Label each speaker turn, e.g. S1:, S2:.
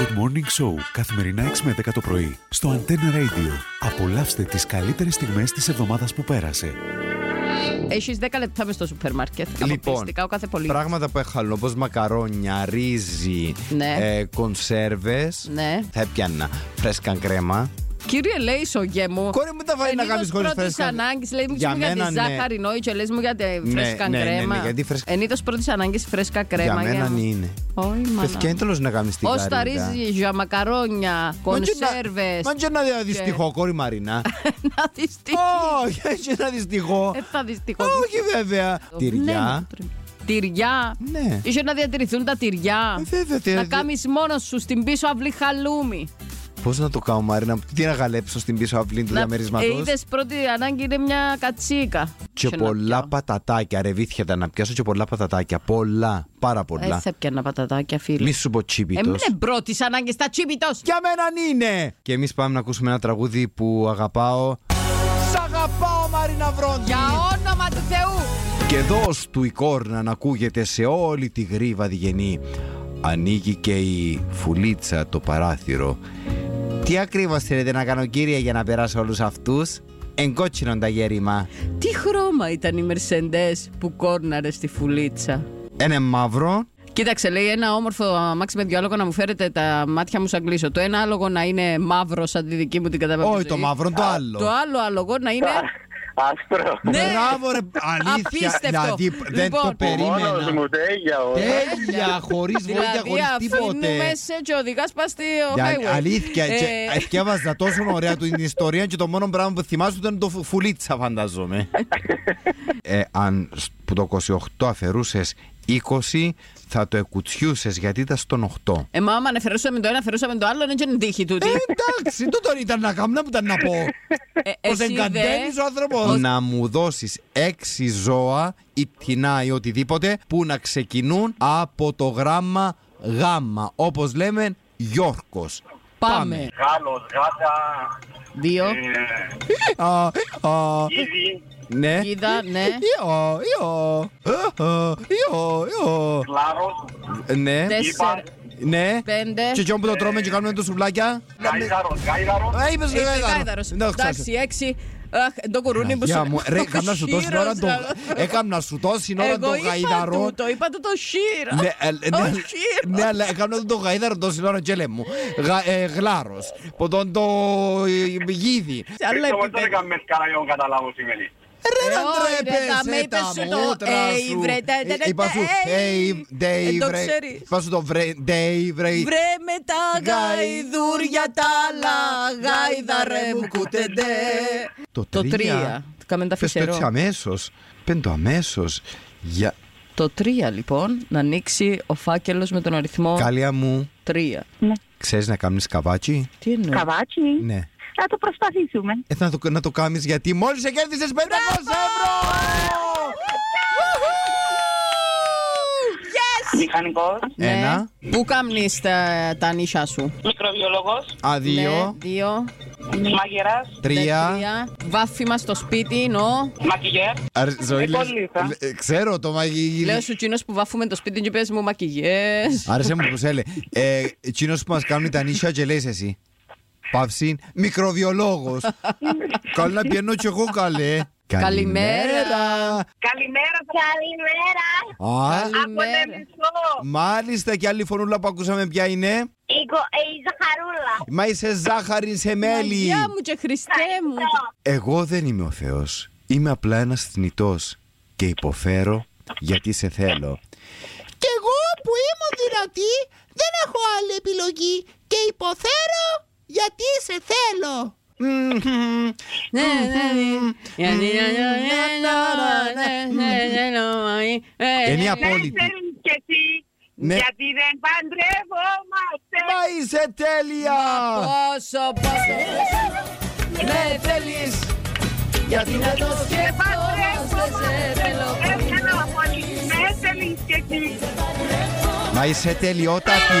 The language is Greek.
S1: Good Morning Show, καθημερινά 6 με 10 το πρωί, στο Antenna Radio. Απολαύστε τις καλύτερες στιγμές της εβδομάδας που πέρασε.
S2: Έχεις 10 λεπτά μες στο σούπερ μάρκετ.
S3: Λοιπόν,
S2: Αποκλειστικά ο κάθε πολίτη.
S3: πράγματα που έχαλω, όπως μακαρόνια, ρύζι,
S2: Ναι.
S3: ε, κονσέρβες.
S2: Ναι.
S3: Θα έπιανα φρέσκα κρέμα.
S2: Κύριε, λέει σόγε μου.
S3: Κόρη μου, τα φάει να κάνεις χωρίς
S2: πρώτης
S3: φρέσκα.
S2: ανάγκης, λέει μου
S3: Για
S2: για, για τη
S3: μένα, ναι.
S2: ζάχαρη νόη και λες μου για τη φρέσκα
S3: ναι, ναι, ναι,
S2: κρέμα.
S3: γιατί φρέσκα-
S2: Ενίδο πρώτης ανάγκης φρέσκα
S3: Για
S2: κρέμα.
S3: μένα ναι
S2: μου.
S3: είναι.
S2: Όχι,
S3: Παιδιά, είναι
S2: μάνα.
S3: τέλος να κάνεις την
S2: Ως τα ρύζι, για μακαρόνια, κονσέρβε.
S3: Μα και να δυστυχώ, κόρη Μαρίνα.
S2: Να δεις τι.
S3: Όχι, έτσι να δυστυχώ.
S2: Ε, θα δεις τι κοντά.
S3: Όχι, βέβαια.
S2: Το
S3: Τυριά.
S2: βλέμμα του. Τυριά.
S3: Ναι.
S2: Ίσως να διατηρηθούν τα τυριά.
S3: Ε, βέβαια, τι-
S2: Να κάνεις μόνος σου στην πίσω αυλή χαλούμι.
S3: Πώς να το κάνω, Μαρίνα, τι να γαλέψω στην πίσω αυλή του
S2: Να- ε,
S3: διαμερίσματο.
S2: είδες πρώτη ανάγκη είναι μια κατσίκα.
S3: Και
S2: να
S3: πολλά
S2: πιάω.
S3: πατατάκια, ρε βήθια τα να πιάσω και πολλά πατατάκια. Πολλά, πάρα
S2: Ε,
S3: πολλά.
S2: θα πιάνα πατατάκια, φίλε.
S3: Μη σου πω
S2: Ε, μην
S3: τσίπιτο.
S2: είναι πρώτης ανάγκης τα τσίπιτος.
S3: Για μέναν είναι! Και εμείς πάμε να ακούσουμε ένα τραγούδι που αγαπάω. Σ' αγαπάω, Μαρίνα Βρόντι!
S2: Για όνομα του Θεού.
S3: Και δώσ' του η κόρνα να ακούγεται σε όλη τη γρήβα διγενή. Ανοίγει και η φουλίτσα το παράθυρο. Τι ακριβώς θέλετε να κάνω, κύριε, για να περάσω όλους αυτούς. Εγκότσινον τα γέρημα.
S2: Τι χρώμα ήταν οι Μερσεντές που κόρναρε στη φουλίτσα.
S3: Ένα μαύρο.
S2: Κοίταξε, λέει ένα όμορφο αμάξι με δυο άλογα να μου φέρετε τα μάτια μου σαν κλείσω. Το ένα άλογο να είναι μαύρο σαν τη δική μου την καταπέμπτωση.
S3: Όχι, το μαύρο είναι το άλλο.
S2: Το άλλο άλογο να είναι.
S4: Άσπρο.
S2: Ναι.
S3: Μπράβο, ρε. Αλήθεια.
S2: Απίστευτο.
S3: Δηλαδή δεν
S2: Λοιπόν,
S3: το
S4: Μόνος
S3: περίμενα.
S4: μου τέγια ο-
S3: Τέλεια, χωρίς βοήθεια,
S2: δηλαδή
S3: χωρίς
S2: αφήνουμε
S3: τίποτε.
S2: σε και οδηγάς πας στη
S3: Για-
S2: highway.
S3: αλήθεια,
S2: Ε,
S3: και εθιάβαζα τόσο ωραία του την ιστορία και το μόνο πράγμα που θυμάσαι ήταν το φου- φουλίτσα, φανταζόμαι. ε, αν σ- που το 28 αφαιρούσε 20, θα το εκουτσιούσες γιατί ήταν στον 8.
S2: ε, μάμα, αν αφαιρούσαμε το ένα, αφαιρούσαμε το άλλο, δεν είναι τύχη τούτη.
S3: εντάξει, τούτον ήταν να κάνω, να μου ήταν να πω.
S2: Ε, εσύ δε.
S3: άνθρωπο. Να μου δώσεις έξι ζώα ή πτηνά ή οτιδήποτε που να ξεκινούν από το γράμμα γάμμα. Όπως λέμε, Γιώργο.
S2: Πάμε.
S4: Γάλλος, Γάτα,
S2: Δύο.
S4: ε, Ήδη,
S3: Ναι.
S2: Κίδα, ναι.
S3: Ιω, ιω, ιω, ιω, ιω.
S4: Κλάρος,
S3: Ναι,
S2: Τέσσερα.
S3: ναι.
S2: Πέντε.
S3: Και εκείνο που το τρώμε και κάνουμε το σουβλάκια.
S4: Γάιδαρος, Γάιδαρος,
S3: Ε, είπες
S2: Είστε
S3: γάιδαρο.
S2: γάιδαρος.
S3: Ναι,
S2: Εντάξει,
S3: ξέχασα.
S2: έξι. Αχ, το κουρούνι που
S3: Γεια
S2: σου
S3: μου, ρε, έκαμνα σου τόση ώρα το, έκαμνα σου τόση ώρα το
S2: Εγώ είπα
S3: γαϊδαρό.
S2: τούτο, είπα τούτο χείρα.
S3: Ναι, ε, ναι,
S2: Ο
S3: ναι,
S2: χείρος.
S3: ναι, αλλά έκανα το γαϊδάρο τόση ώρα και μου. Γα- ε, Γλάρος, ποτόν το ε, γίδι.
S2: Σε άλλα
S4: Εγώ δεν
S2: επίπεδα.
S4: έκαμε σκάλιον καταλάβω σημαίνει.
S3: Ρε να
S2: Ε, όχι, ρε, τα με
S3: τρέπεσαι
S2: είπες
S3: τα
S2: σου το,
S3: μούτρα
S2: «Hey,
S3: σου. Ε,
S2: βρε, τα- τα- τα-
S3: Είπα
S2: τα-
S3: σου,
S2: hey».
S3: hey, day,
S2: Ε, το
S3: βρε.
S2: ξέρεις.
S3: Είπα σου το βρε, day, βρε.
S2: Βρε με τα γαϊδούρια τα άλλα, γαϊδαρέ μου κούτεντε. Το τρία. Κάμε τα
S3: Πες το έτσι
S2: φυσερό.
S3: αμέσως. Πέν το αμέσως. Για...
S2: Το τρία λοιπόν, να ανοίξει ο φάκελος με τον αριθμό
S3: Καλία μου,
S2: τρία.
S3: ξέρεις να κάνεις καβάτσι.
S2: Τι εννοώ.
S5: Καβάτσι.
S3: Ναι.
S5: Να το προσπαθήσουμε.
S3: Ε, να, το, να το κάνεις γιατί μόλις σε κέρδισες 500 ευρώ.
S4: Μηχανικός,
S2: Ναι.
S3: Ένα,
S2: Πού καμνείς τα, τα νύχια σου.
S4: μικροβιολόγος,
S3: α,
S2: Ναι,
S3: δύο,
S2: δύο.
S4: μαγεράς,
S2: Ναι,
S3: τρία.
S2: τρία. Βάφημα στο σπίτι, εννοώ.
S4: μακιγέρ,
S3: Αρ- Ζωή, λες-
S4: Εκολύθα.
S3: λε- ε, ξέρω το
S2: Λέω
S3: μαγείλι.
S2: σου τσίνος που βάφουμε το σπίτι και πες μου μακιγιές.
S3: Άρεσε μου που σε έλεγε. Ε, εκείνος που μας κάνουν τα νύσια και λες εσύ. Παύση, μικροβιολόγος. Καλά να πιένω κι εγώ καλέ.
S2: Καλημέρα.
S5: Καλημέρα. Καλημέρα.
S3: Α,
S2: Καλημέρα.
S3: Μάλιστα και άλλη φωνούλα που ακούσαμε ποια είναι.
S5: ε, Η Ζαχαρούλα.
S3: Μα είσαι ζάχαρη σε μέλι.
S2: Γεια μου και Χριστέ μου.
S3: Εγώ δεν είμαι ο Θεός. Είμαι απλά ένας θνητός και υποφέρω γιατί σε θέλω.
S6: Και εγώ που είμαι δυνατή δεν έχω άλλη επιλογή και υποφέρω γιατί σε θέλω.
S2: Ναι, ναι, ναι. Ναι, ναι, ναι, ναι, ναι, ναι, ναι, ναι.
S3: Είναι η απόλυτη.
S5: και εσύ.
S3: Ναι.
S5: Γιατί δεν παντρευόμαστε.
S3: Μα είσαι τέλεια!
S2: Πόσο, πόσο. Ναι, θέλεις. Γιατί να το σκεφτόμαστε, σε θέλω.
S5: Εύχομαι πολύ. Με ναι, θέλεις και εσύ.
S3: Μα είσαι τελειότατη!